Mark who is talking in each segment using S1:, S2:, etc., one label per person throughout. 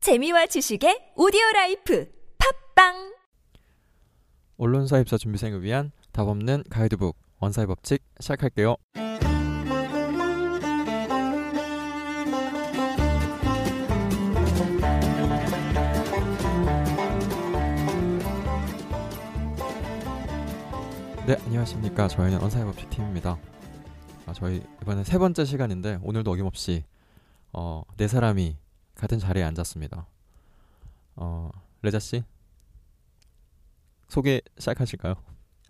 S1: 재미와 지식의 오디오 라이프 팝빵
S2: 언론사 입사 준비생을 위한 답 없는 가이드북 원사의 법칙 시작할게요. 네, 안녕하십니까. 저희는 원사의 법칙 팀입니다. 아, 저희 이번에 세 번째 시간인데 오늘도 어김없이 어, 네 사람이 같은 자리에 앉았습니다. 어, 레자 씨 소개 시작하실까요?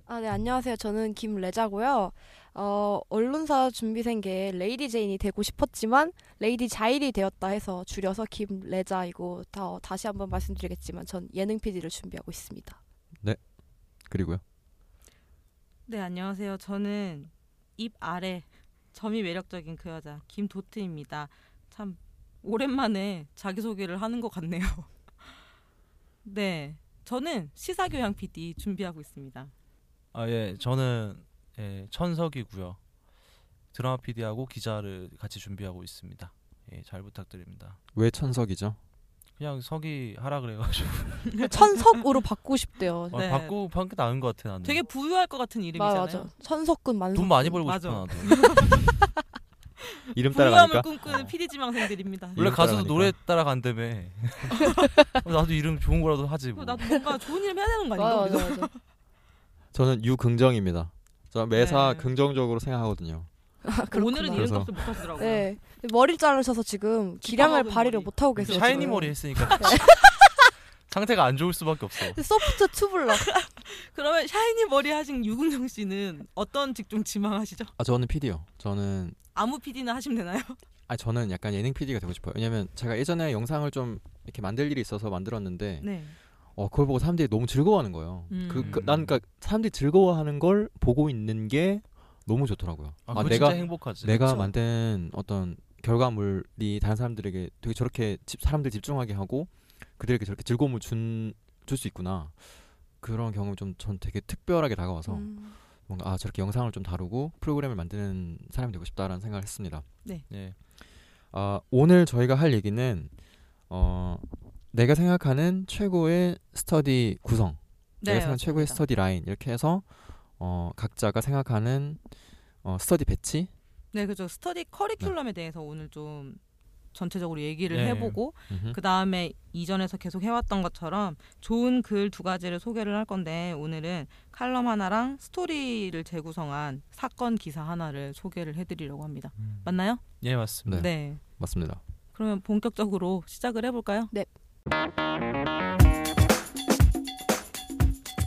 S3: 아, 네, 안녕하세요. 저는 김레자고요. 어, 언론사 준비생계 레이디 제인이 되고 싶었지만 레이디 자일이 되었다 해서 줄여서 김레자이고 다, 어, 다시 한번 말씀드리겠지만 전 예능 PD를 준비하고 있습니다.
S2: 그리고요.
S4: 네, 안녕하세요. 저는 입 아래 점이 매력적인 그 여자 김도트입니다. 참 오랜만에 자기소개를 하는 것 같네요. 네, 저는 시사교양 PD 준비하고 있습니다.
S5: 아, 예, 저는 예, 천석이고요. 드라마 PD하고 기자를 같이 준비하고 있습니다. 예, 잘 부탁드립니다.
S2: 왜 천석이죠?
S5: 그냥 석이 하라 그래가지고
S3: 천석으로 바꾸고 싶대요.
S5: 아,
S4: 네.
S5: 바꾸 바는 게 나은 것 같아 나는.
S4: 되게 부유할 것 같은
S3: 맞아,
S4: 이름이잖아요.
S3: 맞아. 천석군 만석.
S5: 돈 많이 벌고
S4: 맞아.
S5: 싶어 나도.
S2: 이름
S4: 부유함을
S2: 따라가니까
S4: 꿈꾸는 PD 지망생들입니다.
S5: 원래
S2: 이름
S5: 가수도
S2: 따라가니까.
S5: 노래 따라간다며. 나도 이름 좋은 거라도 하지 뭐.
S4: 나도 뭔가 좋은 이름 해야 되는 거 아닌가?
S3: 맞아,
S4: 우리도?
S3: 맞아, 맞아.
S2: 저는 유긍정입니다. 저 매사
S4: 그- 네.
S2: 긍정적으로 생각하거든요.
S3: 아, 그렇구나.
S4: 오늘은
S2: 그래서.
S4: 이름값을 못 하시더라고요.
S3: 네. 머리를 자르셔서 지금 기량을
S4: 기가 막힌
S3: 발휘를
S4: 머리.
S3: 못 하고 계세요.
S5: 샤이니
S3: 지금.
S5: 머리 했으니까
S4: 네.
S5: 상태가 안 좋을 수밖에 없어. 아,
S3: 소프트 투블럭.
S4: 그러면 샤이니 머리 하신 유근정 씨는 어떤 직종 지망하시죠?
S2: 아 저는 PD요. 저는
S4: 아무 PD나 하시면 되나요?
S2: 아 저는 약간 예능 PD가 되고 싶어요. 왜냐면 제가 예전에 영상을 좀 이렇게 만들 일이 있어서 만들었는데
S4: 네.
S2: 어 그걸 보고 사람들이 너무 즐거워하는 거예요.
S4: 음.
S2: 그, 그, 난 그러니까 사람들이 즐거워하는 걸 보고 있는 게 너무 좋더라고요.
S5: 아,
S2: 아,
S5: 그거
S2: 내가
S5: 진짜 행복하지.
S2: 내가
S3: 그쵸.
S2: 만든 어떤 결과물이 다른 사람들에게 되게 저렇게 집, 사람들 집중하게 하고 그들에게 저렇게 즐거움을 준 줄 수 있구나 그런 경험 좀 전 되게 특별하게 다가와서
S3: 음.
S2: 뭔가 아 저렇게 영상을 좀 다루고 프로그램을 만드는 사람이 되고 싶다라는 생각을 했습니다.
S4: 네.
S2: 네.
S5: 예.
S2: 아, 오늘 저희가 할 얘기는 어, 내가 생각하는 최고의 스터디 구성, 내가 생각하는 최고의
S4: 네, 맞습니다.
S2: 스터디 라인 이렇게 해서 어, 각자가 생각하는 어, 스터디 배치
S4: 네, 그죠. 스터디
S2: 네.
S4: 커리큘럼에 대해서 오늘 좀 전체적으로 얘기를
S5: 네.
S4: 해보고
S2: 음흠.
S4: 그 다음에 이전에서 계속 해왔던 것처럼 좋은 글 두 가지를 소개를 할 건데 오늘은 칼럼 하나랑 스토리를 재구성한 사건 기사 하나를 소개를 해드리려고 합니다. 맞나요?
S5: 예, 맞습니다.
S2: 음. 네. 맞습니다.
S4: 그러면 본격적으로 시작을 해볼까요?
S3: 네.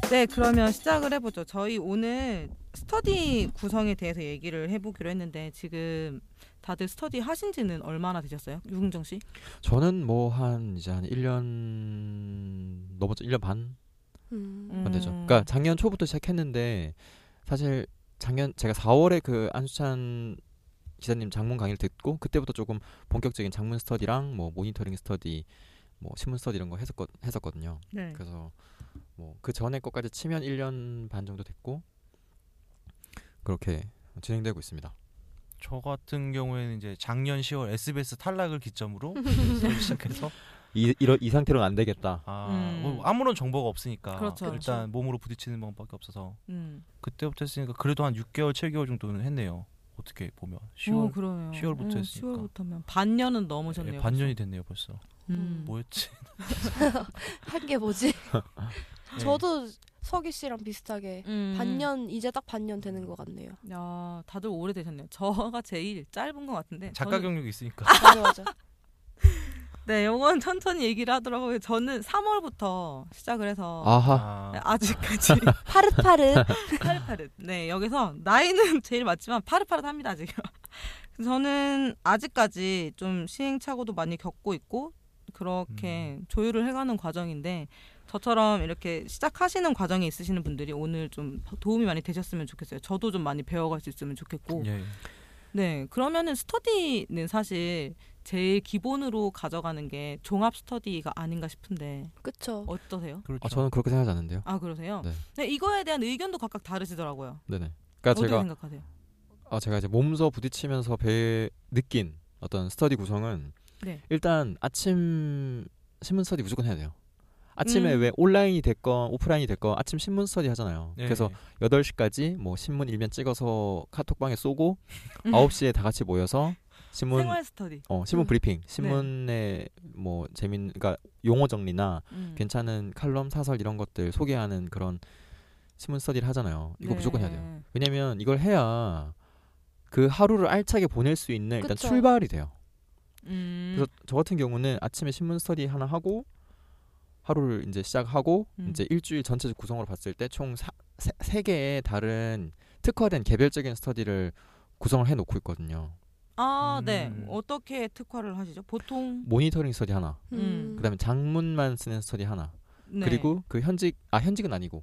S4: 네, 그러면 시작을 해보죠. 저희 오늘 스터디 구성에 대해서 얘기를 해보기로 했는데 지금 다들 스터디 하신 지는 얼마나 되셨어요? 유흥정 씨?
S2: 저는 뭐 한 이제 한 1년 넘었죠. 1년 반
S3: 음.
S2: 안 되죠. 그러니까 작년 초부터 시작했는데 사실 작년 제가 4월에 그 안수찬 기자님 장문 강의를 듣고 그때부터 조금 본격적인 장문 스터디랑 뭐 모니터링 스터디 뭐 신문 스터디 이런 거 했었거, 했었거든요.
S4: 네.
S2: 그래서 뭐 그 전에 것까지 치면 1년 반 정도 됐고 그렇게 진행되고 있습니다.
S5: 저 같은 경우에는 이제 작년 10월 SBS 탈락을 기점으로 이제 시작해서
S2: 이 이러, 이 상태로는 안 되겠다.
S5: 아,
S4: 음.
S5: 뭐 아무런 정보가 없으니까
S4: 그렇죠.
S5: 일단 몸으로 부딪히는 방법밖에 없어서
S4: 음.
S5: 그때부터 했으니까 그래도 한 6개월, 7개월 정도는 했네요. 어떻게 보면 10월
S4: 오, 그러네요.
S5: 10월부터
S4: 오,
S5: 했으니까.
S4: 10월부터면 반년은 넘으셨네요.
S5: 예, 반년이 됐네요 벌써.
S4: 음.
S5: 뭐였지?
S3: 한 게 뭐지?
S4: 네.
S5: 예.
S3: 저도 서기 씨랑 비슷하게
S4: 음.
S3: 반년 이제 딱 반년 되는 것 같네요.
S4: 야, 다들 오래 되셨네요. 저가 제일 짧은 것 같은데.
S5: 작가
S4: 저는-
S5: 경력이 있으니까.
S3: 맞아 맞아.
S4: 네, 요건 천천히 얘기를 하더라고요. 저는 3월부터 시작을 해서
S2: 아하.
S5: 아,
S4: 아직까지
S3: 파릇파릇.
S4: 파릇파릇. 네, 여기서 나이는 제일 맞지만 파릇파릇합니다, 아직. 저는 아직까지 좀 시행착오도 많이 겪고 있고 그렇게 조율을 해가는 과정인데 저처럼 이렇게 시작하시는 과정에 있으시는 분들이 오늘 좀 도움이 많이 되셨으면 좋겠어요. 저도 좀 많이 배워갈 수 있으면 좋겠고.
S5: 예.
S4: 네, 그러면은 스터디는 사실 제일 기본으로 가져가는 게 종합 스터디가 아닌가 싶은데
S3: 그쵸.
S4: 어떠세요?
S5: 그렇죠.
S2: 아, 저는 그렇게 생각하지 않는데요.
S4: 아 그러세요?
S2: 네.
S4: 네, 이거에 대한 의견도 각각 다르시더라고요.
S2: 네네. 그러니까
S4: 어떻게
S2: 제가
S4: 생각하세요?
S2: 아 제가 이제 몸서 부딪히면서 배 느낀 어떤 스터디 구성은
S4: 네.
S2: 일단 아침 신문 스터디 무조건 해야 돼요. 아침에
S4: 음.
S2: 왜 온라인이 됐건 오프라인이 됐건 아침 신문 스터디 하잖아요.
S5: 예, 네.
S2: 그래서 8시까지 뭐 신문 일면 찍어서 카톡방에 쏘고 9시에 다 같이 모여서 신문
S4: 음. 생활 스터디.
S2: 어, 신문
S4: 음.
S2: 브리핑, 신문의 뭐 재밌는 그러니까 용어 정리나
S4: 음.
S2: 괜찮은 칼럼 사설 이런 것들 소개하는 그런 신문 스터디를 하잖아요. 이거
S4: 네.
S2: 무조건 해야 돼요. 왜냐면 이걸 해야 그 하루를 알차게 보낼 수 있는 일단
S3: 그쵸.
S2: 출발이 돼요.
S4: 음.
S2: 그래서 저 같은 경우는 아침에 신문 스터디 하나 하고 하루를 이제 시작하고
S4: 음.
S2: 이제 일주일 전체 구성으로 봤을 때 총 세 개의 다른 특화된 개별적인 스터디를 구성을 해 놓고 있거든요.
S4: 아,
S5: 음.
S4: 네. 어떻게 특화를 하시죠? 보통
S2: 모니터링 스터디 하나,
S4: 음.
S2: 그다음에 장문만 쓰는 스터디 하나.
S4: 네.
S2: 그리고 그 현직 아 현직은 아니고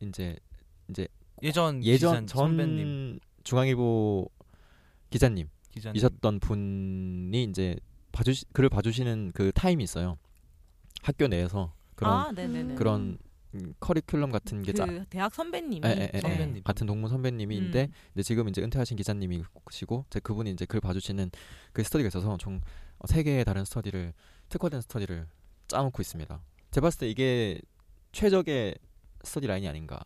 S2: 이제 예전
S5: 예전 음, 기사님,
S2: 전
S5: 선배님
S2: 중앙일보 기자님이셨던
S5: 기자님
S2: 분이 이제 봐주시 글을 봐주시는 그 타임이 있어요. 학교 내에서 그런
S4: 아, 네, 네, 네.
S3: 음.
S2: 그런 음, 커리큘럼 같은 게 짜-
S4: 그 대학 선배님이
S2: 예, 예, 예, 예.
S5: 선배님.
S2: 같은 동문 선배님인데
S4: 음.
S2: 근데 지금 이제 은퇴하신 기자님이시고 이제 그분이 이제 글 봐주시는 그 스터디가 있어서 총 세 개의 다른 스터디를 특화된 스터디를 짜놓고 있습니다. 제가 봤을 때 이게 최적의 스터디 라인이 아닌가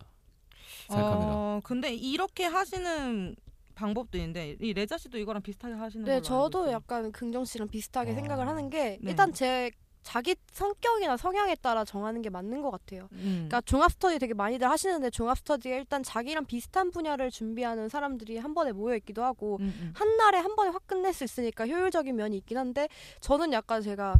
S2: 생각합니다.
S4: 어, 근데 이렇게 하시는 방법도 있는데 이 레자 씨도 이거랑 비슷하게 하시는
S3: 네,
S4: 걸로 알고
S3: 저도
S4: 있어요.
S3: 약간 긍정 씨랑 비슷하게
S5: 어.
S3: 생각을 하는 게
S4: 네.
S3: 일단 제 자기 성격이나 성향에 따라 정하는 게 맞는 것 같아요.
S4: 음.
S3: 그러니까 종합 스터디 되게 많이들 하시는데 종합 스터디가 일단 자기랑 비슷한 분야를 준비하는 사람들이 한 번에 모여 있기도 하고
S4: 음, 음.
S3: 한 날에 한 번에 확 끝낼 수 있으니까 효율적인 면이 있긴 한데 저는 약간 제가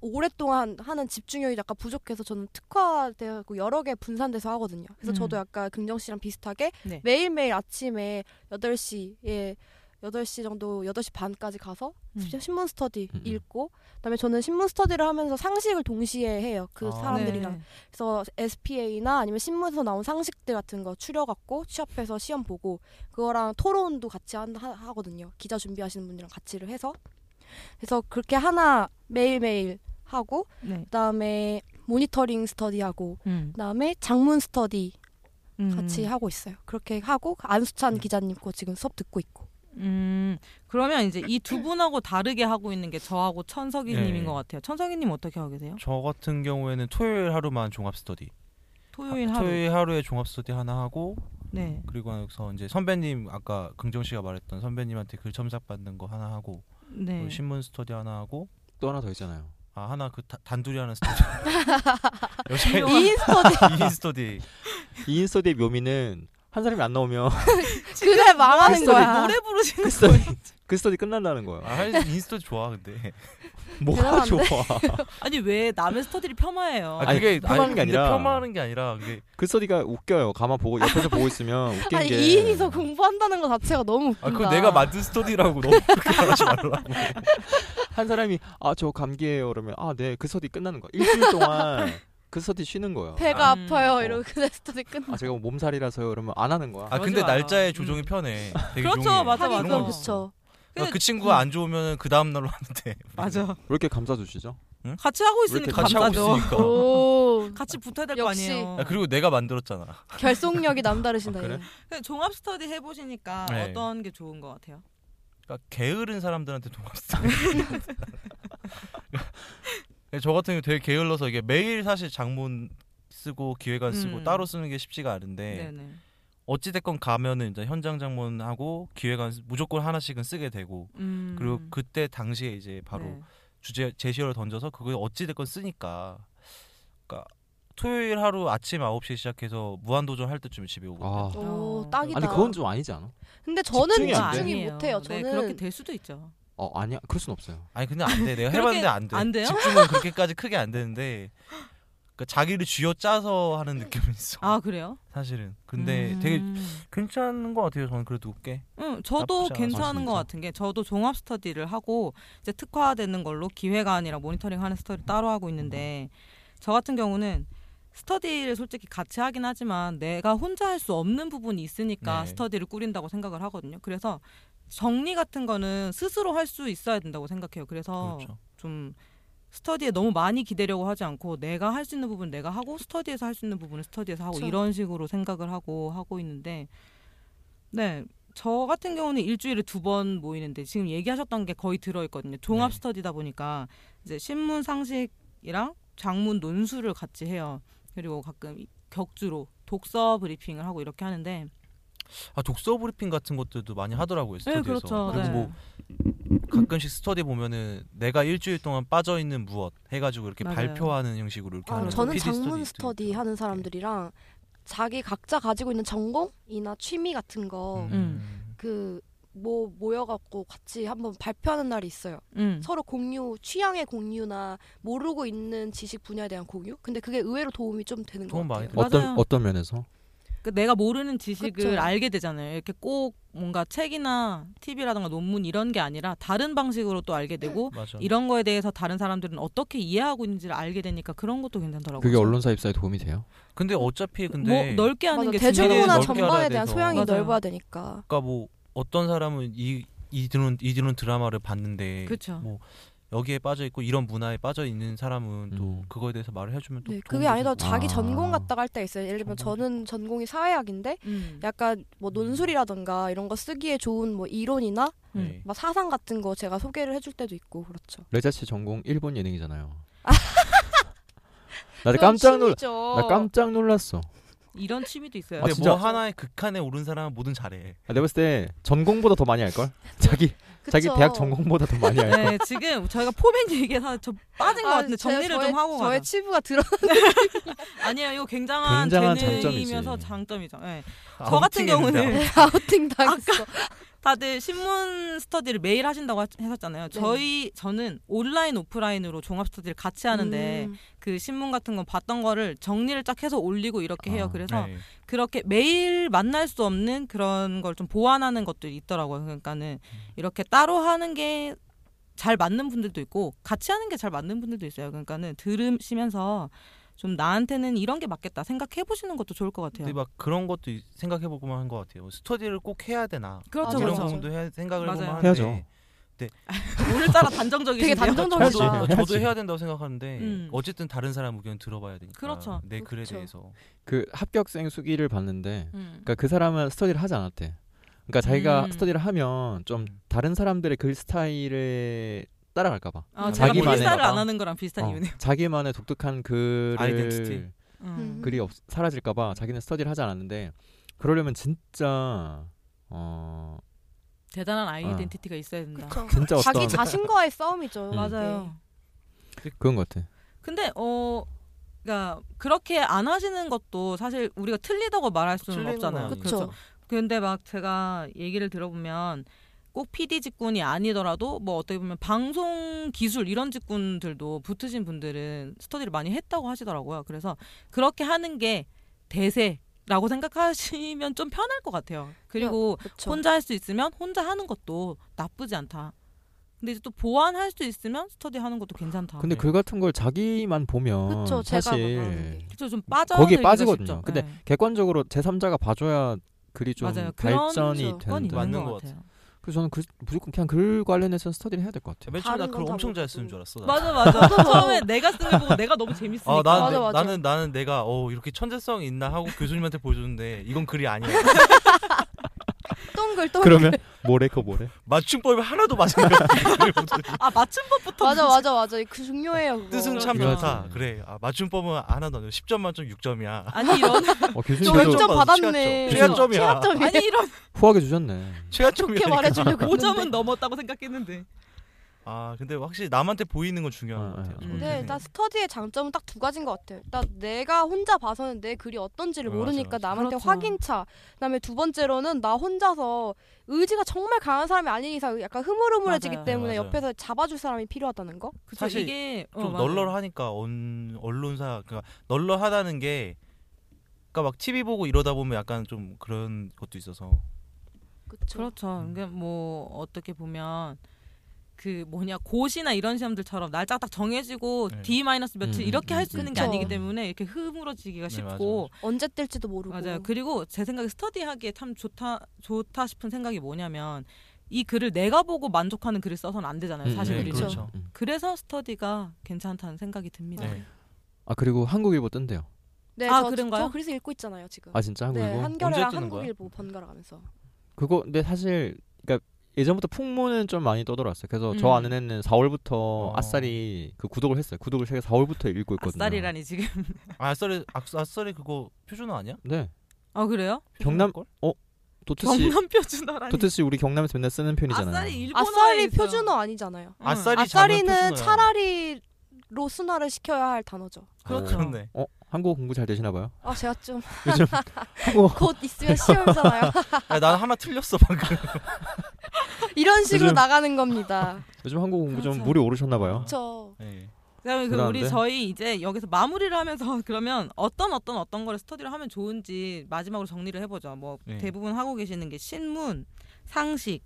S3: 오랫동안 하는 집중력이 약간 부족해서 저는 특화되고 여러 개 분산돼서 하거든요. 그래서
S4: 음.
S3: 저도 약간 긍정 씨랑 비슷하게
S4: 네.
S3: 매일매일 아침에 8시에 예, 8시 정도 8시 반까지 가서
S4: 음.
S3: 신문 스터디
S2: 음, 음.
S3: 읽고 그다음에 저는 신문 스터디를 하면서 상식을 동시에 해요. 그
S5: 아,
S3: 사람들이랑.
S4: 네.
S3: 그래서 SPA나 아니면 신문에서 나온 상식들 같은 거 추려갖고 취업해서 시험 보고 그거랑 토론도 같이 한, 하, 거든요 기자 준비하시는 분이랑 같이를 해서 그래서 그렇게 하나 매일매일 하고
S4: 네.
S3: 그다음에 모니터링 스터디하고
S4: 음.
S3: 그다음에 장문 스터디
S4: 음.
S3: 같이 하고 있어요. 그렇게 하고 안수찬 기자님 거 지금 수업 듣고 있고
S4: 음, 그러면 이제
S3: 네.
S4: 이두 분하고 다르게 하고 있는 게 저하고 천석이님인
S5: 예.
S4: 것 같아요. 천석이님 어떻게 하고 계세요?
S5: 저 같은 경우에는 토요일 하루만 종합 스터디
S4: 토요일 하루.
S5: 아, 토요일 하루에 종합 스터디 하나 하고
S4: 네.
S5: 그리고 나서 이제 선배님 아까 긍정 씨가 말했던 선배님한테 글 첨삭 받는 거 하나 하고
S4: 네.
S5: 그리고 신문 스터디 하나 하고
S2: 또 하나 더 있잖아요.
S5: 아 하나 그 다- 단둘이 하는 스터디 요새
S3: 이인 스터디
S5: 이인 스터디
S2: 이인 스터디의 묘미는 한 사람이 안 나오면
S3: 그날 망하는 거야.
S4: 뭐 노래 부르시는
S2: 그 스터디 그 스터디 끝난다는 거예요.
S5: 아 인 스터디 좋아 근데
S2: 뭐가 좋아?
S3: 대단한데?
S4: 아니 왜 남의 스터디를 폄하해요?
S5: 아
S2: 아니,
S5: 그게
S2: 폄하하는 게
S5: 근데
S2: 아니라-
S5: 폄하하는 게 아니라 그게
S2: 그 스터디가 웃겨요. 가만 보고 옆에서 보고 있으면 웃긴
S3: 아니
S2: 게
S3: 이인이서 그 뭐- 공부한다는 거 자체가 너무 웃긴다.
S5: 아 그거 내가 만든 스터디라고 너무 그렇게 말하지 말라고
S2: 한 사람이 아 저 감기예요 그러면 아 네 그 서디 끝나는 거 일주일 동안 그 서디 쉬는 거예요.
S3: 배가
S4: 음,
S2: 어.
S3: 아파요 이러고 그날 스터디 끝나.
S2: 아 제가 몸살이라서요 그러면 안 하는 거야.
S5: 아
S4: 그러지
S5: 근데
S4: 마요.
S5: 날짜에
S4: 음.
S5: 조정이 편해 되게
S4: 그렇죠,
S5: 용이해.
S4: 맞아,
S5: 그런
S3: 하긴
S5: 거
S3: 그건
S4: 맞아.
S3: 그쵸.
S5: 있어. 그러니까
S4: 근데- 음.
S5: 그 친구가 안 좋으면 그 다음 날로 하는데
S4: 맞아.
S2: 왜 이렇게 감싸 주시죠?
S4: 같이 하고
S2: 왜 이렇게
S4: 있으니까
S5: 같이 하고
S4: 감사죠.
S5: 있으니까
S3: 오
S4: 같이 붙어야 될 거
S3: 역시.
S4: 아니에요.
S5: 야, 그리고 내가 만들었잖아
S3: 결속력이 남다르신다.
S2: 아, 그래?
S3: 얘.
S4: 근데 종합 스터디 해보시니까
S5: 네.
S4: 어떤 게 좋은 것 같아요?
S5: 그러니까 게으른 사람들한테 동갑 스터디 저 같은 경우 되게 게을러서 이게 매일 사실 장문 쓰고 기획안 쓰고
S4: 음.
S5: 따로 쓰는 게 쉽지가 않은데
S4: 네네.
S5: 어찌 됐건 가면은 이제 현장 장문하고 기획안 쓰- 무조건 하나씩은 쓰게 되고
S4: 음.
S5: 그리고 그때 당시에 이제 바로
S4: 네.
S5: 주제 제시어를 던져서 그걸 어찌 됐건 쓰니까 그러니까 토요일 하루 아침 9시에 시작해서 무한도전 할 때쯤에 집에 오고
S2: 아
S3: 오
S4: 어.
S3: 딱이다.
S2: 아니 그건 좀 아니지 않아?
S3: 근데 저는
S2: 집중이 안 돼.
S3: 집중이
S4: 네. 아니에요.
S3: 못해요.
S4: 네,
S3: 저는
S4: 그렇게 될 수도 있죠.
S2: 어 아니야 그럴 순 없어요.
S5: 아니 근데 안 돼. 내가
S4: 그렇게
S5: 해봤는데 안 돼.
S4: 안 돼요?
S5: 집중은 그렇게까지 크게 안 되는데 그러니까 자기를 쥐어 짜서 하는 느낌이 있어.
S4: 아 그래요?
S5: 사실은. 근데
S4: 음.
S5: 되게 괜찮은 것 같아요. 저는 그래도 꽤.
S4: 응, 저도
S5: 나쁘지 않아.
S4: 괜찮은
S2: 맞습니다.
S4: 것 같은 게 저도 종합 스터디를 하고 이제 특화되는 걸로 기획안이랑 모니터링하는 스터디 따로 하고 있는데 저 같은 경우는 스터디를 솔직히 같이 하긴 하지만 내가 혼자 할 수 없는 부분이 있으니까
S5: 네.
S4: 스터디를 꾸린다고 생각을 하거든요. 그래서 정리 같은 거는 스스로 할 수 있어야 된다고 생각해요. 그래서
S5: 그렇죠.
S4: 좀 스터디에 너무 많이 기대려고 하지 않고 내가 할 수 있는 부분 내가 하고 스터디에서 할 수 있는 부분은 스터디에서 하고
S3: 그쵸.
S4: 이런 식으로 생각을 하고 하고 있는데 네 저 같은 경우는 일주일에 두 번 모이는데 지금 얘기하셨던 게 거의 들어 있거든요. 종합
S5: 네.
S4: 스터디다 보니까 이제 신문 상식 브리핑이랑 장문 논술을 같이 해요. 그리고 가끔 이- 격주로 독서 브리핑을 하고 이렇게 하는데
S5: 아 독서 브리핑 같은 것들도 많이 하더라고요 스터디에서.
S4: 그렇죠. 네.
S5: 그리고 뭐 가끔씩 스터디 보면은 내가 일주일 동안 빠져 있는 무엇 해가지고 이렇게
S4: 맞아요.
S5: 발표하는 형식으로 이렇게
S3: 아,
S5: 하는
S3: 저는
S5: PD
S3: 장문
S5: 있더라고요.
S3: 스터디 하는 사람들이랑 자기 각자 가지고 있는 전공이나 취미 같은
S5: 음.
S3: 거 그 뭐 모여갖고 같이 한번 발표하는 날이 있어요.
S4: 음.
S3: 서로 공유, 취향의 공유나 모르고 있는 지식 분야에 대한 공유. 근데 그게 의외로 도움이 좀 되는
S5: 도움
S3: 것
S5: 많이
S3: 같아요.
S5: 돼요.
S4: 맞아요.
S2: 어떤 어떤 면에서?
S4: 그 내가 모르는 지식을
S3: 그쵸.
S4: 알게 되잖아요. 이렇게 꼭 뭔가 책이나 TV라든가 논문 이런 게 아니라 다른 방식으로 또 알게 되고
S5: 맞아.
S2: 음.
S4: 이런 거에 대해서 다른 사람들은 어떻게 이해하고 있는지를 알게 되니까 그런 것도
S3: 아,
S4: 괜찮더라고요.
S2: 그게 언론사 입사에 도움이 돼요?
S5: 근데 어차피
S4: 뭐
S5: 근데
S4: 넓게 하는
S3: 맞아,
S4: 게
S5: 중요해요.
S3: 대중문화
S5: 넓게
S4: 중요해요.
S5: 알아야
S3: 전반에 대한
S5: 돼서.
S3: 소양이
S4: 맞아요.
S3: 넓어야 되니까.
S5: 아까 뭐 어떤 사람은 이 이드론 이드론 드라마를 봤는데
S4: 그렇죠.
S5: 여기에 빠져 있고 이런 문화에 빠져 있는 사람은 또
S2: 음.
S5: 그거에 대해서 말을 해주면 또
S3: 네,
S5: 도움이
S3: 그게 아니라
S5: 되죠.
S3: 자기
S2: 아. 음.
S3: 전공 같다가 할 때 있어요. 예를 들면
S5: 전공.
S3: 저는 전공이 사회학인데
S4: 음.
S3: 약간 뭐 논술이라든가 이런 거 쓰기에 좋은 뭐 이론이나
S4: 음.
S5: 네.
S3: 막 사상 같은 거 제가 소개를 해줄 때도 있고 그렇죠.
S2: 레자 씨 전공 일본 예능이잖아요.
S3: 어,
S2: 나 아, 네, 깜짝 놀라. 나 깜짝 놀랐어.
S4: 이런 취미도 있어요.
S2: 아,
S5: 근데
S2: 진짜?
S5: 뭐 하나의 극한에 오른 사람은 뭐든 잘해.
S2: 아, 내가 봤을 때 전공보다 더 많이 할 걸. 자기 자기
S3: 그쵸. 아,
S2: 대학 전공보다 더 많이 할 걸.
S4: 네, 지금 저희가 포맨 얘기에서 저 빠진 것
S3: 아,
S4: 같은데
S3: 제가
S4: 정리를
S3: 저의-
S4: 좀 하고 가자.
S3: 저의 치부가 드러
S4: 아니에요, 이거 굉장한,
S2: 굉장한
S4: 재능이면서
S2: 장점이지.
S4: 장점이죠. 네. 저
S5: 아웃팅
S4: 같은
S5: 했는데
S4: 경우는
S5: 아웃-
S3: 아웃팅 당했어.
S4: 다들 신문 스터디를 매일 하신다고 하-
S3: 네.
S4: 하셨잖아요. 저희 저는 온라인 오프라인으로 종합 스터디를 같이 하는데
S3: 음.
S4: 그 신문 같은 거 봤던 거를 정리를 쫙 해서 올리고 이렇게 해요.
S2: 아,
S4: 그래서
S5: 네.
S4: 그렇게 매일 만날 수 없는 그런 걸 좀 보완하는 것들이 있더라고요. 그러니까는
S2: 음.
S4: 이렇게 따로 하는 게 잘 맞는 분들도 있고 같이 하는 게 잘 맞는 분들도 있어요. 그러니까는 들으시면서 좀 나한테는 이런 게 맞겠다 생각해 보시는 것도 좋을 것 같아요.
S5: 근데 막 그런 것도 생각해 보고만 한 것 같아요. 스터디를 꼭 해야 되나?
S4: 그렇죠,
S3: 아,
S5: 이런
S3: 맞아요.
S5: 부분도 해야- 생각을
S4: 맞아요.
S5: 해보면
S2: 해야죠.
S4: 오늘따라
S3: 되게
S4: 단정적이신데요.
S3: 단정적이시다.
S5: 저도,
S2: 해야지.
S5: 저도 해야 된다고 생각하는데
S4: 음.
S5: 어쨌든 다른 사람 의견 들어봐야 되니까.
S4: 그렇죠.
S5: 내 글에
S3: 그렇죠.
S5: 대해서.
S2: 그 합격생 수기를 봤는데
S4: 음.
S2: 그러니까 그 사람은 스터디를 하지 않았대. 그러니까 자기가
S4: 음.
S2: 스터디를 하면 좀
S5: 음.
S2: 다른 사람들의 글 스타일에 따라갈까 봐.
S4: 아, 제가
S2: 자기만의-
S4: 필사를 안 하는 거랑 비슷한
S2: 어,
S4: 이유네요.
S2: 자기만의 독특한 글을
S5: 아이덴티티.
S4: 음.
S2: 글이 없, 사라질까봐 자기는 스터디를 하지 않았는데 그러려면 진짜 어
S4: 대단한 아이덴티티가 있어야 된다.
S3: 그쵸.
S2: 진짜 어떤
S3: 자기 자신과의 싸움이죠.
S2: 음.
S4: 맞아요.
S2: 그런 것 같아.
S4: 근데 어 그러니까 그렇게 안 하시는 것도 사실 우리가 틀리다고 말할 수는
S5: 틀리는
S4: 없잖아요.
S5: 건
S3: 아니죠.
S4: 그렇죠. 근데 막 제가 얘기를 들어보면 꼭 PD 직군이 아니더라도 뭐 어떻게 보면 방송 기술 이런 직군들도 붙으신 분들은 스터디를 많이 했다고 하시더라고요. 그래서 그렇게 하는 게 대세라고 생각하시면 좀 편할 것 같아요. 그리고
S3: 그쵸.
S4: 혼자 할 수 있으면 혼자 하는 것도 나쁘지 않다. 근데 이제 또 보완할 수 있으면 스터디 하는 것도 괜찮다.
S2: 근데
S5: 네.
S2: 글 같은 걸 자기만 보면
S3: 그쵸, 제가 말하는
S2: 음, 사실
S3: 게.
S4: 그쵸, 좀 네. 빠져
S2: 거기에 빠지거든요. 근데 객관적으로 제 3자가 봐줘야 글이 좀
S4: 맞아요. 그런
S2: 발전이
S4: 건
S2: 되는데.
S5: 맞는
S4: 있는 것
S5: 것
S4: 같아요.
S2: 그래서 저는 그, 무조건 그냥 글 관련해서 스터디를 해야 될 것 같아요.
S5: 맨 처음에 나
S3: 다른
S5: 글
S3: 건다
S5: 엄청 잘
S3: 모르고.
S5: 쓰는 줄 알았어. 나.
S4: 맞아 맞아. 처음에 내가 쓴 걸 보고 내가 너무 재밌으니까.
S5: 아, 나는,
S3: 맞아, 맞아.
S5: 나는 나는 내가 어 이렇게 천재성이 있나 하고 교수님한테 보여줬는데 이건 글이 아니야.
S3: 동글 동글.
S2: 그러면 뭐래 그 뭐래?
S5: 맞춤법이 하나도 맞은 거
S4: 아 맞춤법부터.
S3: 맞아 맞아 맞아. 그 중요해요. 그거.
S5: 뜻은 참
S2: 그렇죠.
S5: 좋다. 그래. 아, 맞춤법은 하나도 안 돼. 10점 만점 6점이야.
S4: 아니 이런
S2: 어,
S3: 저
S2: 교수님도
S5: 좀
S3: 웹점
S5: 받았어,
S3: 받았네.
S5: 최하점. 최하점이야.
S3: 최하점이야.
S4: 아니 이런
S2: 후하게 주셨네.
S5: 최하점이야.
S3: 이렇게
S2: 그러니까.
S3: 말해주려고.
S4: 5점은 넘었다고 생각했는데.
S5: 아, 근데 확실히 남한테 보이는 건 중요한
S2: 아,
S5: 것 같아요.
S2: 아,
S5: 저는.
S3: 근데 네, 나 스터디의 장점은 딱 두 가지인 것 같아요. 일단 내가 혼자 봐서는 내 글이 어떤지를
S5: 맞아,
S3: 모르니까
S5: 맞아.
S3: 남한테
S4: 그렇죠.
S3: 확인차. 그다음에 두 번째로는 나 혼자서 의지가 정말 강한 사람이 아닌 이상 약간 흐물흐물해지기
S4: 맞아요.
S3: 때문에
S5: 맞아요.
S3: 옆에서 잡아줄 사람이 필요하다는 거.
S4: 그쵸,
S5: 사실
S4: 이게 어,
S5: 좀
S4: 맞아요.
S5: 널널하니까 언, 언론사 그러니까 널널하다는 게 그러니까 막 TV 보고 이러다 보면 약간 좀 그런 것도 있어서
S3: 그렇죠.
S4: 그렇죠. 그러니까 뭐 어떻게 보면 그 뭐냐 고시나 이런 시험들처럼 날짜 딱 정해지고
S5: 네.
S4: D 마이너스 며칠
S2: 음,
S4: 이렇게
S2: 음,
S4: 할 수 있는 게
S3: 그쵸.
S4: 아니기 때문에 이렇게 흐물어지기가
S5: 네,
S4: 쉽고
S3: 언제 뜰지도 모르고.
S4: 맞아요. 그리고 제 생각에 스터디하기에 참 좋다 좋다 싶은 생각이 뭐냐면 이 글을 내가 보고 만족하는 글을 써서는 안 되잖아요.
S2: 음,
S4: 사실
S2: 네,
S4: 우리는.
S5: 그렇죠.
S4: 그래서 스터디가 괜찮다는 생각이 듭니다.
S5: 네.
S2: 아 그리고 한국일보 뜬대요.
S3: 네,
S4: 아,
S3: 저,
S4: 그런가요?
S3: 저 그래서 읽고 있잖아요 지금.
S2: 아 진짜
S3: 네,
S2: 한국일보?
S3: 한겨레랑
S5: 언제 뜨는 거야?
S3: 한국일보 번갈아가면서.
S2: 그거 근데 사실 그러니까 예전부터 풍문은 좀 많이 떠돌았어요. 그래서
S4: 음.
S2: 저 아는 애는 4월부터
S5: 어.
S2: 아싸리 그 구독을 했어요. 구독을 제가 4월부터 읽고 있거든요.
S4: 아싸리라니 지금.
S5: 아, 썰이 악설이 그거 표준어 아니야?
S2: 네.
S4: 아 그래요?
S2: 경남
S5: 걸?
S2: 도트 씨
S4: 경남 표준어라니.
S2: 도트 씨 우리 경남에서 맨날 쓰는 편이잖아요.
S4: 아싸리 일본어.
S3: 아싸리 표준어 아니잖아요.
S5: 아싸리 자면
S3: 아싸리는
S5: 표준어야.
S3: 차라리로 순화를 시켜야 할 단어죠.
S4: 그렇죠.
S5: 그렇네.
S2: 어, 한국어 공부 잘 되시나 봐요.
S3: 아 제가 좀 곧
S2: 요즘 한국어
S3: 있으면 시험이잖아요.
S5: 아, 난 하나 틀렸어 방금.
S3: 이런 식으로
S2: 요즘-
S3: 나가는 겁니다.
S2: 요즘 한국어 공부 좀
S4: 그렇죠.
S2: 물이 오르셨나 봐요.
S3: 저
S5: 네.
S4: 그러면 그 우리
S2: 대단한데?
S4: 저희 이제 여기서 마무리를 하면서 그러면 어떤 어떤 어떤 거를 스터디를 하면 좋은지 마지막으로 정리를 해보죠. 뭐
S5: 네.
S4: 대부분 하고 계시는 게 신문, 상식,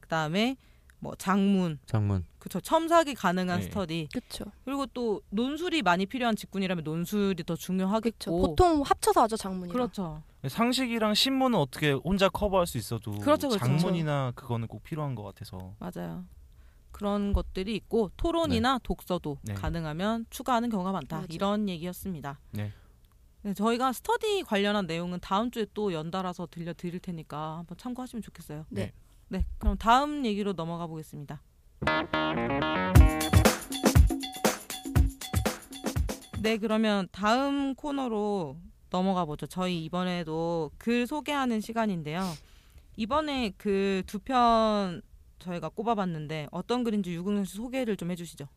S4: 그다음에 뭐 장문,
S2: 장문.
S4: 그쵸 첨삭이 가능한
S5: 네.
S4: 스터디
S3: 그쵸.
S4: 그리고 또 논술이 많이 필요한 직군이라면 논술이 더
S3: 그쵸.
S4: 중요하겠고
S3: 보통 합쳐서 하죠 장문이랑.
S4: 그렇죠.
S5: 네. 상식이랑 신문은 어떻게 혼자 커버할 수 있어도
S4: 그렇죠, 그렇죠.
S5: 장문이나 그거는 꼭 필요한 것 같아서.
S4: 맞아요. 그런 것들이 있고 토론이나 독서도
S5: 네.
S4: 가능하면 추가하는 경우가 많다.
S3: 맞아요.
S4: 이런 얘기였습니다.
S5: 네.
S4: 네, 저희가 스터디 관련한 내용은 다음 주에 또 연달아서 들려 드릴 테니까 한번 참고하시면 좋겠어요.
S3: 네.
S4: 네. 그럼 다음 얘기로 넘어가 보겠습니다. 네, 그러면 다음 코너로 넘어가 보죠. 저희 이번에도 글 소개하는 시간인데요. 이번에 그 두 편 저희가 꼽아봤는데 어떤 글인지 유근영 씨 소개를 좀 해주시죠.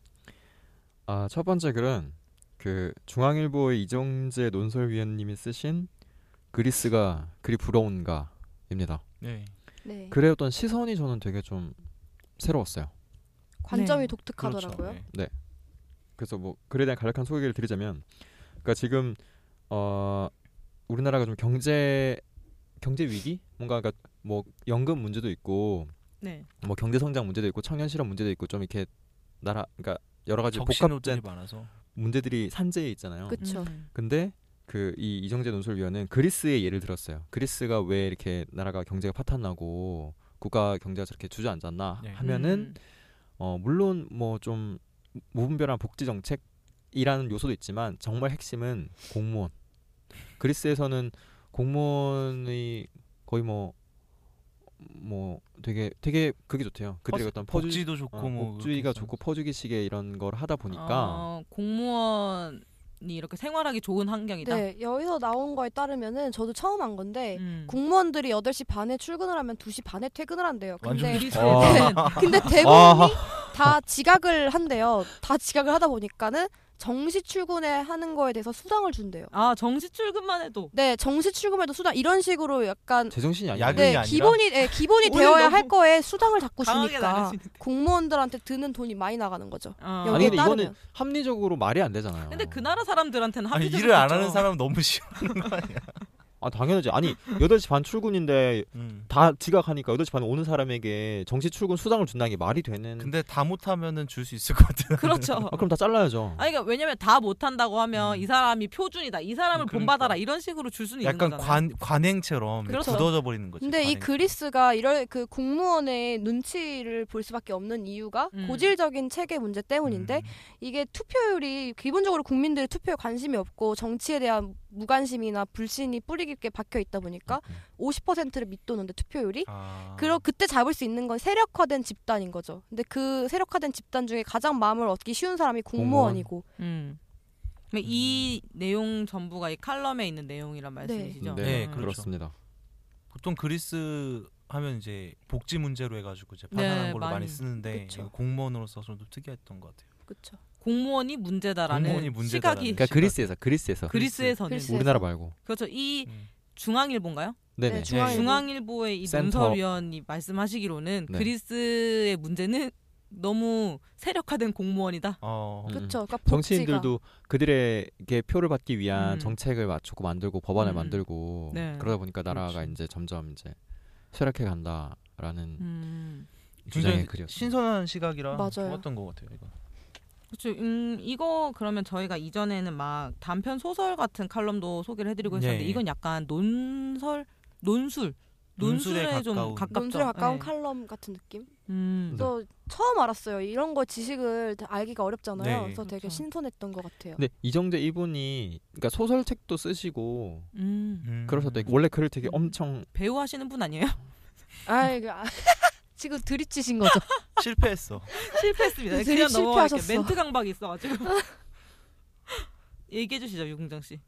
S2: 아, 첫 번째 글은 그 중앙일보의 이정재 논설위원님이 쓰신 그리스가 그리 부러운가입니다.
S5: 네.
S3: 네.
S2: 글의 어떤 시선이 저는 되게 좀 새로웠어요.
S3: 관점이
S4: 네.
S3: 독특하더라고요.
S5: 네.
S2: 그래서 뭐 글에 대한 간략한 소개를 드리자면 그러니까 지금 어 우리나라가 좀 경제 경제 위기 뭔가 그러니까 뭐 연금 문제도 있고
S4: 네.
S2: 뭐 경제 성장 문제도 있고 청년 실업 문제도 있고 좀 이렇게 나라 그러니까 여러 가지
S5: 적신호들이
S2: 복합된
S5: 많아서.
S2: 문제들이 산재에 있잖아요.
S3: 그- 그쵸.
S4: 음.
S2: 근데 그 이 이정재 논술위원은 그리스의 예를 들었어요. 그리스가 왜 이렇게 나라가 경제가 파탄나고 국가 경제가 저렇게 주저앉았나
S5: 네.
S2: 하면은
S4: 음.
S2: 어, 물론 뭐 좀 무분별한 복지 정책이라는 요소도 있지만 정말 핵심은 공무원. 그리스에서는 공무원이 거의 뭐 뭐 되게 되게 그게 좋대요. 그들이
S5: 퍼스-
S2: 어떤 퍼주
S5: 복지도 좋고
S2: 어,
S5: 뭐.
S2: 복주의가
S5: 그렇게
S2: 좋고 퍼주기식의 이런 걸 하다 보니까
S4: 어, 공무원이 이렇게 생활하기 좋은 환경이다.
S3: 네. 여기서 나온 거에 따르면은 저도 처음 한 건데
S4: 음.
S3: 공무원들이 8시 반에 출근을 하면 2시 반에 퇴근을 한대요. 근데
S5: 완전
S4: 그리스에는
S3: 근데 대부분이 다 지각을 한대요. 다 지각을 하다 보니까는 정시 출근에 하는 거에 대해서 수당을 준대요.
S4: 아 정시 출근만 해도
S3: 네, 정시 출근에도 수당 이런 식으로 약간
S2: 제정신이 아니에요.
S5: 야근이
S3: 네,
S5: 아니라?
S3: 기본이 네, 기본이
S4: 오늘
S3: 되어야
S4: 너무
S3: 할 거에 수당을 자꾸
S4: 강하게
S3: 주니까
S4: 나가시는데.
S3: 공무원들한테 드는 돈이 많이 나가는 거죠.
S4: 어.
S3: 그러니까. 여기에
S2: 아니 근데
S3: 따르면
S2: 이거는 합리적으로 말이 안 되잖아요.
S4: 근데 그 나라 사람들한테는
S5: 아니,
S4: 합리적이죠.
S5: 일을 안 하는 사람은 너무 싫어.
S2: 아 당연하지. 아니 8시 반 출근인데
S5: 음.
S2: 다 지각하니까 8시 반에 오는 사람에게 정시 출근 수당을 준다는 게 말이 되는
S5: 근데 다 못하면은 줄 수 있을 것 같아.
S4: 그렇죠.
S2: 아, 그럼 다 잘라야죠.
S4: 아니 그러니까 왜냐면 다 못한다고 하면
S5: 음.
S4: 이 사람이 표준이다. 이 사람을
S5: 그러니까.
S4: 본받아라 이런 식으로 줄
S3: 그
S4: 수는 있는
S5: 약간
S4: 거잖아요.
S5: 관 관행처럼
S4: 그렇죠.
S5: 굳어져 버리는 거지.
S3: 근데 이
S5: 관행처럼.
S3: 그리스가 이럴 그 공무원의 눈치를 볼 수밖에 없는 이유가
S4: 음.
S3: 고질적인 체계 문제 때문인데
S5: 음.
S3: 이게 투표율이 기본적으로 국민들의 투표에 관심이 없고 정치에 대한 무관심이나 불신이 뿌리 깊게 박혀 있다 보니까 50%를 밑도는데 투표율이
S5: 아.
S3: 그러 그때 잡을 수 있는 건 세력화된 집단인 거죠. 근데 그 세력화된 집단 중에 가장 마음을 얻기 쉬운 사람이 공무원이고
S4: 음. 그러니까 이
S5: 음.
S4: 내용 전부가 이 칼럼에 있는 내용이란 말씀이시죠.
S2: 네,
S5: 네,
S4: 음.
S5: 그렇죠.
S2: 그렇습니다.
S5: 보통 그리스 하면 이제 복지 문제로 해가지고 이제
S4: 네,
S5: 파산한 걸로
S4: 많이.
S5: 많이, 쓰는데
S3: 그쵸.
S5: 이거 공무원으로서 좀 특이했던 것 같아요.
S3: 그렇죠.
S4: 공무원이 문제다라는
S5: 공무원이 문제다라는
S4: 시각이
S2: 그러니까 그리스에서 그리스에서
S4: 그리스에서는
S3: 그리스.
S2: 우리나라 말고
S4: 그렇죠. 이
S5: 음.
S4: 중앙일보인가요?
S2: 네네
S3: 네, 중앙일보.
S4: 중앙일보의 이
S2: 센터.
S4: 논설위원이 말씀하시기로는
S2: 네.
S4: 그리스의 문제는 너무 세력화된 공무원이다.
S5: 어,
S2: 음.
S3: 그렇죠. 그러니까
S2: 정치인들도 그들에게 표를 받기 위한
S4: 음.
S2: 정책을 맞추고 만들고 법안을
S4: 음.
S2: 만들고
S4: 네.
S2: 그러다 보니까 나라가
S5: 그렇지.
S2: 이제 점점 이제 쇠락해 간다라는
S4: 음.
S2: 주장의
S5: 굉장히
S2: 글이었습니다.
S5: 신선한 시각이라
S3: 맞아요.
S5: 좋았던 것 같아요. 이거.
S4: 그렇죠. 음, 이거 그러면 저희가 이전에는 막 단편 소설 같은 칼럼도 소개를 해드리고 했었는데
S5: 예, 예.
S4: 이건 약간 논설, 논술, 논술에,
S5: 논술에
S4: 좀
S5: 가까운.
S4: 가깝죠.
S3: 논술에 가까운
S4: 예.
S3: 칼럼 같은 느낌?
S4: 음,
S2: 네.
S3: 저 처음 알았어요. 이런 거 지식을 다 알기가 어렵잖아요.
S5: 네,
S3: 그래서 되게
S4: 그렇죠.
S3: 신선했던 것 같아요.
S2: 근데 이정재 이분이 그러니까 소설책도 쓰시고
S4: 음.
S5: 음.
S2: 그러셨대 원래 글을 되게
S4: 음.
S2: 엄청
S4: 배우 하시는 분 아니에요?
S3: 아이 그 아, 지금 들이치신 거죠?
S5: 실패했어.
S4: 네, 실패했습니다.
S3: 되게
S4: 그냥 넘어갈게.
S3: 실패하셨어.
S4: 멘트 강박이 있어가지고. 얘기해 주시죠 유공장 씨.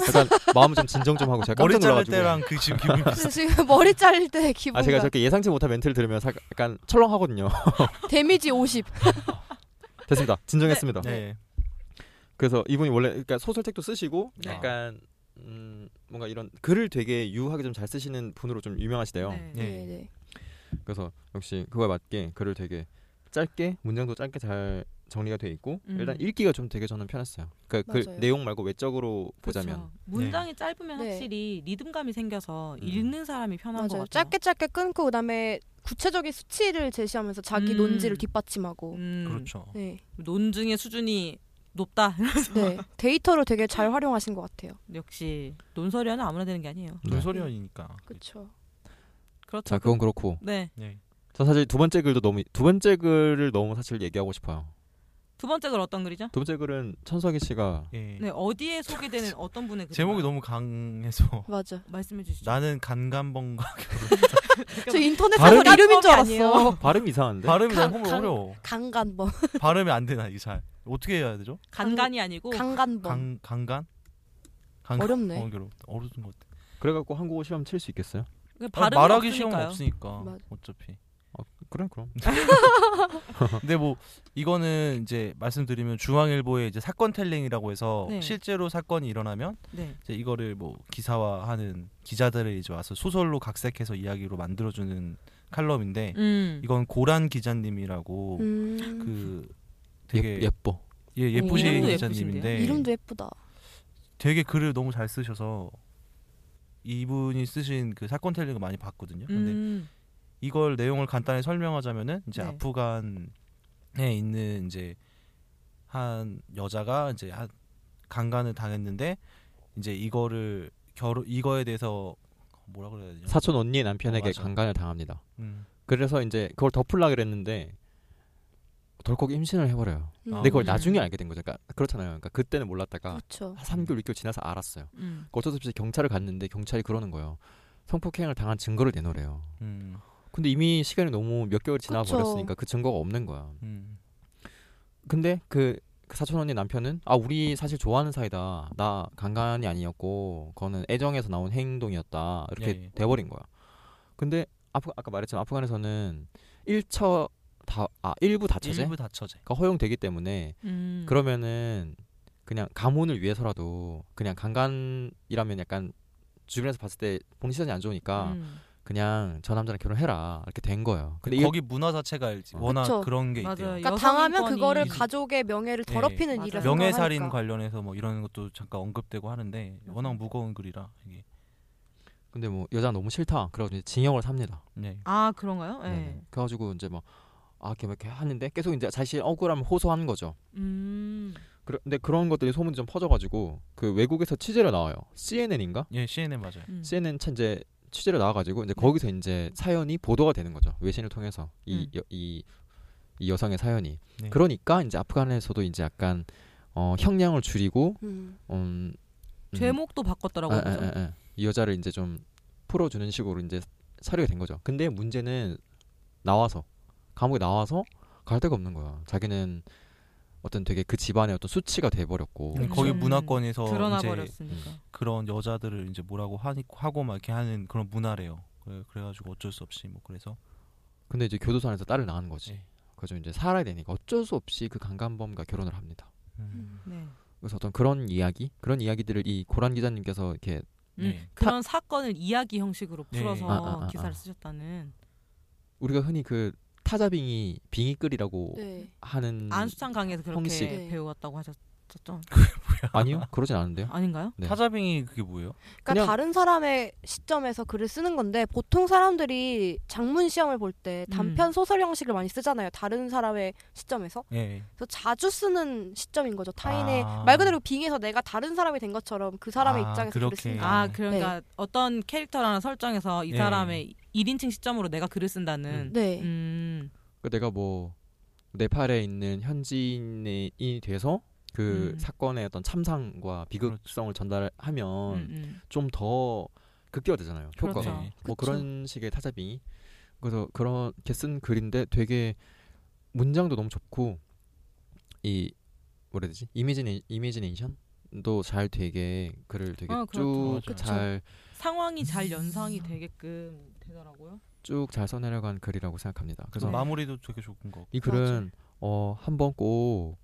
S2: 약간 마음 좀 진정 좀 하고 제가
S5: 머리
S2: 깜짝
S5: 자를
S2: 놀라가지고
S5: 때랑 그 지금 기분이 비슷해.
S3: 네, 지금 머리 자를 때 기분
S2: 아
S3: 아,
S2: 제가 저렇게 예상치 못한 멘트를 들으면 사- 약간 철렁하거든요.
S3: 데미지 50.
S2: 됐습니다. 진정했습니다.
S5: 네.
S2: 그래서 이분이 원래 그러니까 소설책도 쓰시고
S5: 네.
S2: 약간 음, 뭔가 이런 글을 되게 유하게 좀 잘 쓰시는 분으로 좀 유명하시대요.
S5: 네.
S3: 네, 네.
S2: 그래서 역시 그거에 맞게 글을 되게 짧게 문장도 짧게 잘 정리가 돼 있고
S4: 음.
S2: 일단 읽기가 좀 되게 저는 편했어요. 그러니까 그
S3: 맞아요.
S2: 내용 말고 외적으로 보자면
S4: 그렇죠. 문장이 짧으면
S3: 네.
S4: 확실히 리듬감이 생겨서
S2: 음.
S4: 읽는 사람이 편한 것
S3: 맞아요.
S4: 같아요.
S3: 짧게 짧게 끊고 그다음에 구체적인 수치를 제시하면서 자기
S4: 음.
S3: 논지를 뒷받침하고.
S4: 음,
S5: 그렇죠.
S3: 네.
S4: 논증의 수준이 높다.
S3: 네. 데이터를 되게 잘 활용하신 것 같아요.
S4: 역시 논설위원은 아무나 되는 게 아니에요.
S2: 네.
S5: 논소리언이니까.
S3: 그렇죠.
S4: 그렇죠.
S2: 자 그건 그렇고
S4: 네.
S5: 네.
S2: 전 사실 두 번째 글도 너무 두 번째 글을 너무 사실 얘기하고 싶어요.
S4: 두 번째 글 어떤 글이죠?
S2: 두 번째 글은 천석희 씨가
S5: 예.
S4: 네. 어디에 소개되는 어떤 분의 글?
S5: 제목이 너무 강해서
S3: 맞아.
S4: 말씀해 주시죠.
S5: 나는 간간번과
S4: 그러니까
S3: 저 인터넷
S2: 발음이-
S3: 소설 이름인 줄
S4: 깜깜이 뭐 아니에요?
S3: 알았어.
S2: 발음 이상한데
S5: 발음이
S3: 강-
S5: 너무
S3: 강-
S5: 어려워.
S3: 강간범.
S5: 발음이 안 되나 이게 잘. 어떻게 해야 되죠?
S4: 간간이 아니고
S3: 강간범.
S5: 강 강간? 강
S3: 뭐? 어렵네.
S5: 어, 이거 어려운 것 같아. 아,
S2: 그래가지고 한국어 시험 칠 수 있겠어요?
S4: 그 발음
S5: 말하기 쉬운 거 없으니까
S3: 맞아.
S5: 어차피.
S2: 그래 그럼
S5: 근데 뭐 이거는 이제 말씀드리면 중앙일보의 이제 사건 텔링이라고 해서
S4: 네.
S5: 실제로 사건이 일어나면
S4: 네.
S5: 이제 이거를 뭐 기사화하는 기자들을 이제 와서 소설로 각색해서 이야기로 만들어주는 칼럼인데
S4: 음.
S5: 네. 이건 고란 기자님이라고
S3: 음.
S5: 그 되게
S2: 예, 예뻐
S5: 예, 예쁘신
S4: 이름도
S5: 기자님인데
S4: 예쁘신데요?
S3: 이름도 예쁘다.
S5: 되게 글을 너무 잘 쓰셔서 이분이 쓰신 그 사건 텔링을 많이 봤거든요. 근데
S4: 음.
S5: 이걸 내용을 간단히 설명하자면은 이제
S4: 네.
S5: 아프간에 있는 이제 한 여자가 이제 한 강간을 당했는데 이제 이거를 결혼 이거에 대해서 뭐라 그래야 되냐?
S2: 사촌 언니의 남편에게
S5: 예. 어, 맞아.
S2: 강간을 당합니다.
S5: 음.
S2: 그래서 이제 그걸 덮으려 그랬는데 덜컥 임신을 해버려요.
S3: 음.
S5: 아,
S2: 근데 그걸
S4: 음.
S2: 나중에 알게 된 거죠. 그러니까 그렇잖아요. 그러니까 그때는 몰랐다가
S3: 그렇죠.
S2: 한 3개월 6개월 지나서 알았어요.
S4: 음.
S2: 어쩔 수 없이 경찰을 갔는데 경찰이 그러는 거예요. 성폭행을 당한 증거를 내놓으래요.
S5: 음.
S2: 근데 이미 시간이 너무 몇 개월이 지나
S3: 그쵸.
S2: 버렸으니까 그 증거가 없는 거야.
S5: 음.
S2: 근데 그, 그 사촌 언니 남편은 아 우리 사실 좋아하는 사이다. 나 강간이 아니었고 그거는 애정에서 나온 행동이었다. 이렇게
S5: 예, 예.
S2: 돼버린 거야. 근데 아프, 아까 말했지만 아프간에서는 1처 다, 아 일부 다처제가 그러니까
S5: 일부 다처제.
S2: 허용되기 때문에
S4: 음.
S2: 그러면은 그냥 가문을 위해서라도 그냥 강간이라면 약간 주변에서 봤을 때 본인 시선이 안 좋으니까
S4: 음.
S2: 그냥 저 남자랑 결혼해라 이렇게 된 거예요. 근데 이게
S5: 그 거기 문화 자체가 이제 워낙
S3: 그쵸.
S5: 그런 게 있대요.
S4: 맞아요.
S3: 그러니까
S4: 여성인권이-
S3: 당하면 그거를
S5: 이제-
S3: 가족의 명예를
S5: 예,
S3: 더럽히는
S4: 맞아요.
S3: 일이라
S5: 명예살인
S3: 생각하니까.
S5: 관련해서 뭐 이런 것도 잠깐 언급되고 하는데 워낙 무거운 글이라 이게
S2: 근데 뭐 여자 너무 싫다. 그래가지고 이제 징역을 삽니다.
S5: 네.
S4: 아 그런가요? 예.
S2: 네. 그래가지고 이제 막 아, 이렇게 막 이렇게 하는데 계속 이제 자신 억울함을 호소하는 거죠.
S4: 음.
S2: 그러- 근데 그런 것들이 소문이 좀 퍼져가지고 그 외국에서 취재로 나와요. CNN인가?
S5: 예 CNN 맞아요.
S4: 음. 네.
S2: CNN 차 이제 취재로 나와가지고 이제 거기서 이제 사연이 보도가 되는 거죠. 외신을 통해서 이,
S4: 음.
S2: 여, 이, 이 여성의 사연이.
S5: 네.
S2: 그러니까 이제 아프간에서도 이제 약간 어, 형량을 줄이고
S3: 음.
S2: 음, 음,
S4: 제목도 바꿨더라고요.
S2: 아, 아,
S4: 그죠?
S2: 아, 아. 이 여자를 이제 좀 풀어주는 식으로 이제 사료가 된 거죠. 근데 문제는 나와서 감옥에 나와서 갈 데가 없는 거야. 자기는 어떤 되게 그 집안의 어떤 수치가 돼버렸고
S5: 음,
S4: 음.
S5: 거기 문화권에서
S4: 드러나
S5: 어, 이제
S4: 버렸으니까.
S5: 그런 여자들을 이제 뭐라고 하니, 하고 막 이렇게 하는 그런 문화래요. 그래, 그래가지고 어쩔 수 없이 뭐 그래서
S2: 근데 이제 교도소 안에서 딸을 낳은 거지.
S5: 네.
S2: 그래서 이제 살아야 되니까 어쩔 수 없이 그 강간범과 결혼을 합니다.
S5: 음,
S4: 네.
S2: 그래서 어떤 그런 이야기, 그런 이야기들을 이 고란 기자님께서 이렇게
S5: 네.
S4: 음, 그런 사건을 이야기 형식으로
S5: 네.
S4: 풀어서
S2: 아, 아, 아, 아.
S4: 기사를 쓰셨다는
S2: 우리가 흔히 그 타자빙이
S5: 뭐
S2: 빙이끌이라고
S3: 네.
S5: 음.
S2: 하는
S4: 안수창 강에서 그렇게
S2: 형식.
S3: 네.
S4: 배우갔다고 하셨죠?
S2: 아니요 그러진 않은데요.
S4: 아닌가요?
S2: 네.
S5: 타자빙이 그게 뭐예요?
S3: 그러니까
S2: 그냥-
S3: 다른 사람의 시점에서 글을 쓰는 건데 보통 사람들이 장문 시험을 볼 때
S4: 음.
S3: 단편 소설 형식을 많이 쓰잖아요. 다른 사람의 시점에서.
S5: 예.
S3: 그래서 자주 쓰는 시점인 거죠. 타인의
S5: 아.
S3: 말 그대로 빙해서 내가 다른 사람이 된 것처럼 그 사람의
S5: 아,
S3: 입장에서 글을
S5: 그렇게.
S3: 쓰는
S4: 아
S3: 네.
S4: 그러니까 어떤 캐릭터라는 설정에서 이
S5: 네.
S4: 사람의 1인칭 시점으로 내가 글을 쓴다는.
S3: 네.
S4: 음.
S2: 그 내가 뭐 네팔에 있는 현지인이 돼서 그
S4: 음. 그렇죠.
S2: 사건의 어떤 참상과 비극성을 전달하면
S5: 어.
S4: 음, 음.
S2: 좀 더 극대화되잖아요. 효과가
S4: 그렇죠.
S2: 뭐 그런 식의 타자빙이 그래서 그렇게 쓴 글인데 되게 문장도 너무 좁고 이 뭐라 해야 되지 이미지네 이미지네이션도 잘 되게 글을 되게
S4: 아, 그렇죠.
S5: 그쵸.
S2: 쭉 잘
S4: 상황이 잘
S3: 음.
S4: 연상이 되게끔 되더라고요.
S2: 쭉 잘 써내려간 글이라고 생각합니다. 그래서
S4: 네.
S5: 마무리도 되게 좋은 거.
S2: 이 글은 어 한번 꼭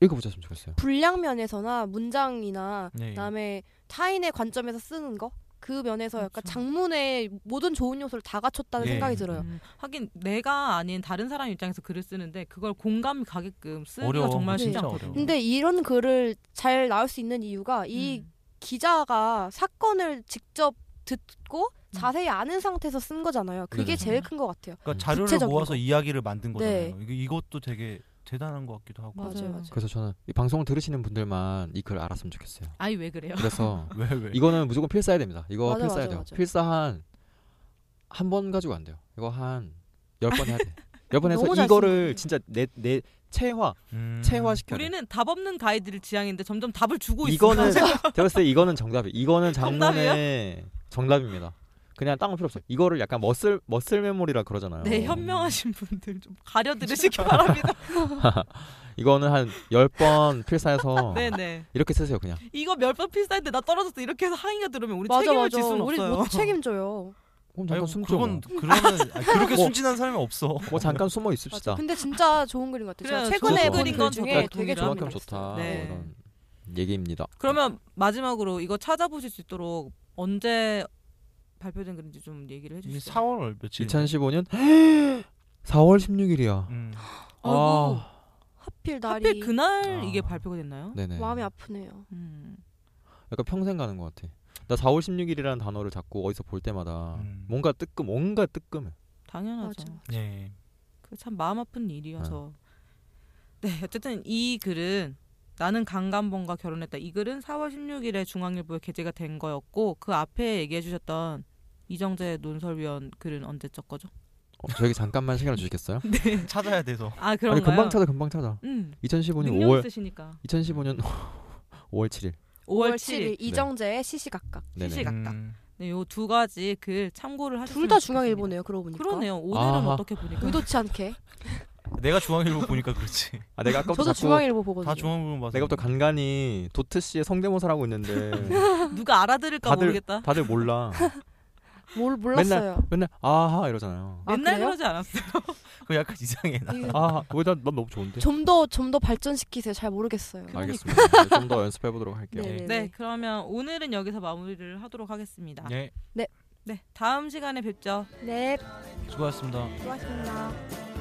S2: 읽어보셨으면 좋겠어요.
S3: 분량 면에서나 문장이나
S5: 네.
S3: 그다음에 타인의 관점에서 쓰는 거 그 면에서 약간
S4: 그렇죠.
S3: 장문의 모든 좋은 요소를 다 갖췄다는
S5: 예.
S3: 생각이 들어요.
S4: 음, 하긴 내가 아닌 다른 사람 입장에서 글을 쓰는데 그걸 공감이 가게끔 쓰기가
S5: 어려워.
S4: 정말 쉽지
S5: 진짜
S4: 않거든요.
S5: 어려워.
S3: 근데 이런 글을 잘 나올 수 있는 이유가 이
S4: 음.
S3: 기자가 사건을 직접 듣고 자세히 아는 상태에서 쓴 거잖아요. 그게
S2: 네네.
S3: 제일 큰 것 같아요.
S5: 그러니까 자료를
S3: 구체적인
S5: 모아서
S3: 거.
S5: 이야기를 만든
S3: 네.
S5: 거잖아요. 이게 이것도 되게 대단한 것 같기도 하고.
S3: 맞아요,
S4: 네.
S3: 맞아요.
S2: 그래서 저는 이 방송을 들으시는 분들만 이 글 알았으면 좋겠어요.
S4: 아이 왜 그래요?
S2: 그래서
S4: 네.
S5: 왜 왜?
S2: 이거는 무조건 필사해야 됩니다. 이거
S3: 맞아,
S2: 필사해야
S3: 맞아,
S2: 돼요.
S3: 맞아.
S2: 필사 한 한 번 가지고 안 돼요. 이거 한 열 번 해야 돼. 열 번 해서
S3: 너무 잘
S2: 이거를 진짜 내 내 체화
S5: 음.
S2: 체화 시켜야 돼.
S4: 우리는 답 없는 가이드를 지향했는데 점점 답을 주고 있어.
S2: 이거는 들었을 때 이거는 정답이. 이거는
S4: 정답이에요?
S2: 장문의 정답입니다. 그냥 딴거 필요 없어요. 이거를 약간 머슬 머슬 메모리라 그러잖아요.
S4: 네 현명하신 분들 좀 가려 들으시기 바랍니다.
S2: 이거는 한 열 번 필사해서
S4: 네네.
S2: 이렇게 쓰세요 그냥.
S4: 이거 몇 번 필사했는데 나 떨어졌어 이렇게 해서 항의가 들으면 우리
S3: 맞아,
S4: 책임을
S3: 맞아.
S4: 질 수는
S3: 우리
S4: 없어요.
S3: 못 책임져요.
S2: 그럼
S5: 아니,
S2: 잠깐 숨죠.
S5: 그건
S2: 뭐.
S5: 그러면 아니, 어. 그렇게
S2: 뭐.
S5: 순진한 사람이 없어.
S2: 뭐 잠깐 숨어
S3: 맞아.
S2: 있읍시다.
S3: 근데 진짜 좋은 글인 것 같아요. 제가
S4: 그래요.
S3: 최근에
S2: 저도
S3: 본
S2: 그린
S3: 글
S2: 건
S3: 중에
S4: 저도
S3: 되게 좋은
S2: 정확하면
S3: 글
S2: 좋다. 뭐
S4: 네.
S2: 이런 얘기입니다.
S4: 그러면 마지막으로 이거 찾아보실 수 있도록 언제 발표된 글인지 좀 얘기를
S5: 이게
S2: 네,
S4: 해주세요.
S5: 4월 며칠?
S2: 2015년 4월 16일이야.
S5: 음.
S4: 아이고,
S3: 하필 날이
S4: 하필 그날
S5: 아.
S4: 이게 발표가 됐나요?
S2: 네네.
S3: 마음이 아프네요.
S4: 음.
S2: 약간 평생 가는 것 같아. 나 4월 16일이라는 단어를 자꾸 어디서 볼 때마다
S5: 음.
S2: 뭔가 뜨끔 뭔가 뜨끔해.
S4: 당연하죠.
S3: 맞아.
S5: 네.
S4: 그 참 마음 아픈 일이어서. 네, 어쨌든 이 글은 나는 강간범과 결혼했다. 이 글은 4월 16일에 중앙일보에 게재가 된 거였고 그 앞에 얘기해 주셨던 이정재 논설위원 글은 언제 적 거죠?
S2: 어, 저에게 잠깐만 시간을 주시겠어요?
S5: 찾아야 돼서.
S4: 아,
S2: 아니
S4: 그런가요?
S2: 금방 찾아 금방 찾아.
S4: 음.
S2: 2015년
S4: 능력
S2: 5월
S4: 있으시니까.
S2: 2015년 5월 7일.
S4: 5월 7일.
S3: 이정재의 시시각각.
S2: 네네.
S4: 시시각. 같다.
S5: 음.
S4: 네, 요 두 가지 글 참고를 하시면
S3: 둘 다 중앙일보네요. 그러고 보니까.
S4: 그러네요. 오늘은
S2: 아하.
S4: 어떻게 보니까
S3: 의도치 않게.
S5: 내가 중앙일보 보니까 그렇지.
S2: 아 내가 아까부터
S3: 저도
S2: 자꾸
S3: 중앙일보 보거든요.
S5: 다 중앙일보 봐서.
S2: 내가부터 간간히 도트 씨의 성대모사를 하고 있는데
S4: 누가 알아들을까
S2: 다들-
S4: 모르겠다.
S2: 다들 몰라.
S3: 뭘 몰랐어요.
S2: 맨날 아하 이러잖아요.
S3: 아,
S4: 맨날
S3: 그래요?
S4: 그러지 않았어요.
S5: 그 약간 이상해 나.
S2: 아하 네. 왜난 난 너무 좋은데.
S3: 좀 더 좀 더 발전시키세요. 잘 모르겠어요.
S2: 알겠습니다. 네, 좀 더 연습해 보도록 할게요.
S3: 네네네.
S4: 네, 그러면 오늘은 여기서 마무리를 하도록 하겠습니다.
S5: 네.
S4: 네, 다음 시간에 뵙죠.
S3: 네,
S5: 수고하셨습니다.
S3: 수고하셨습니다.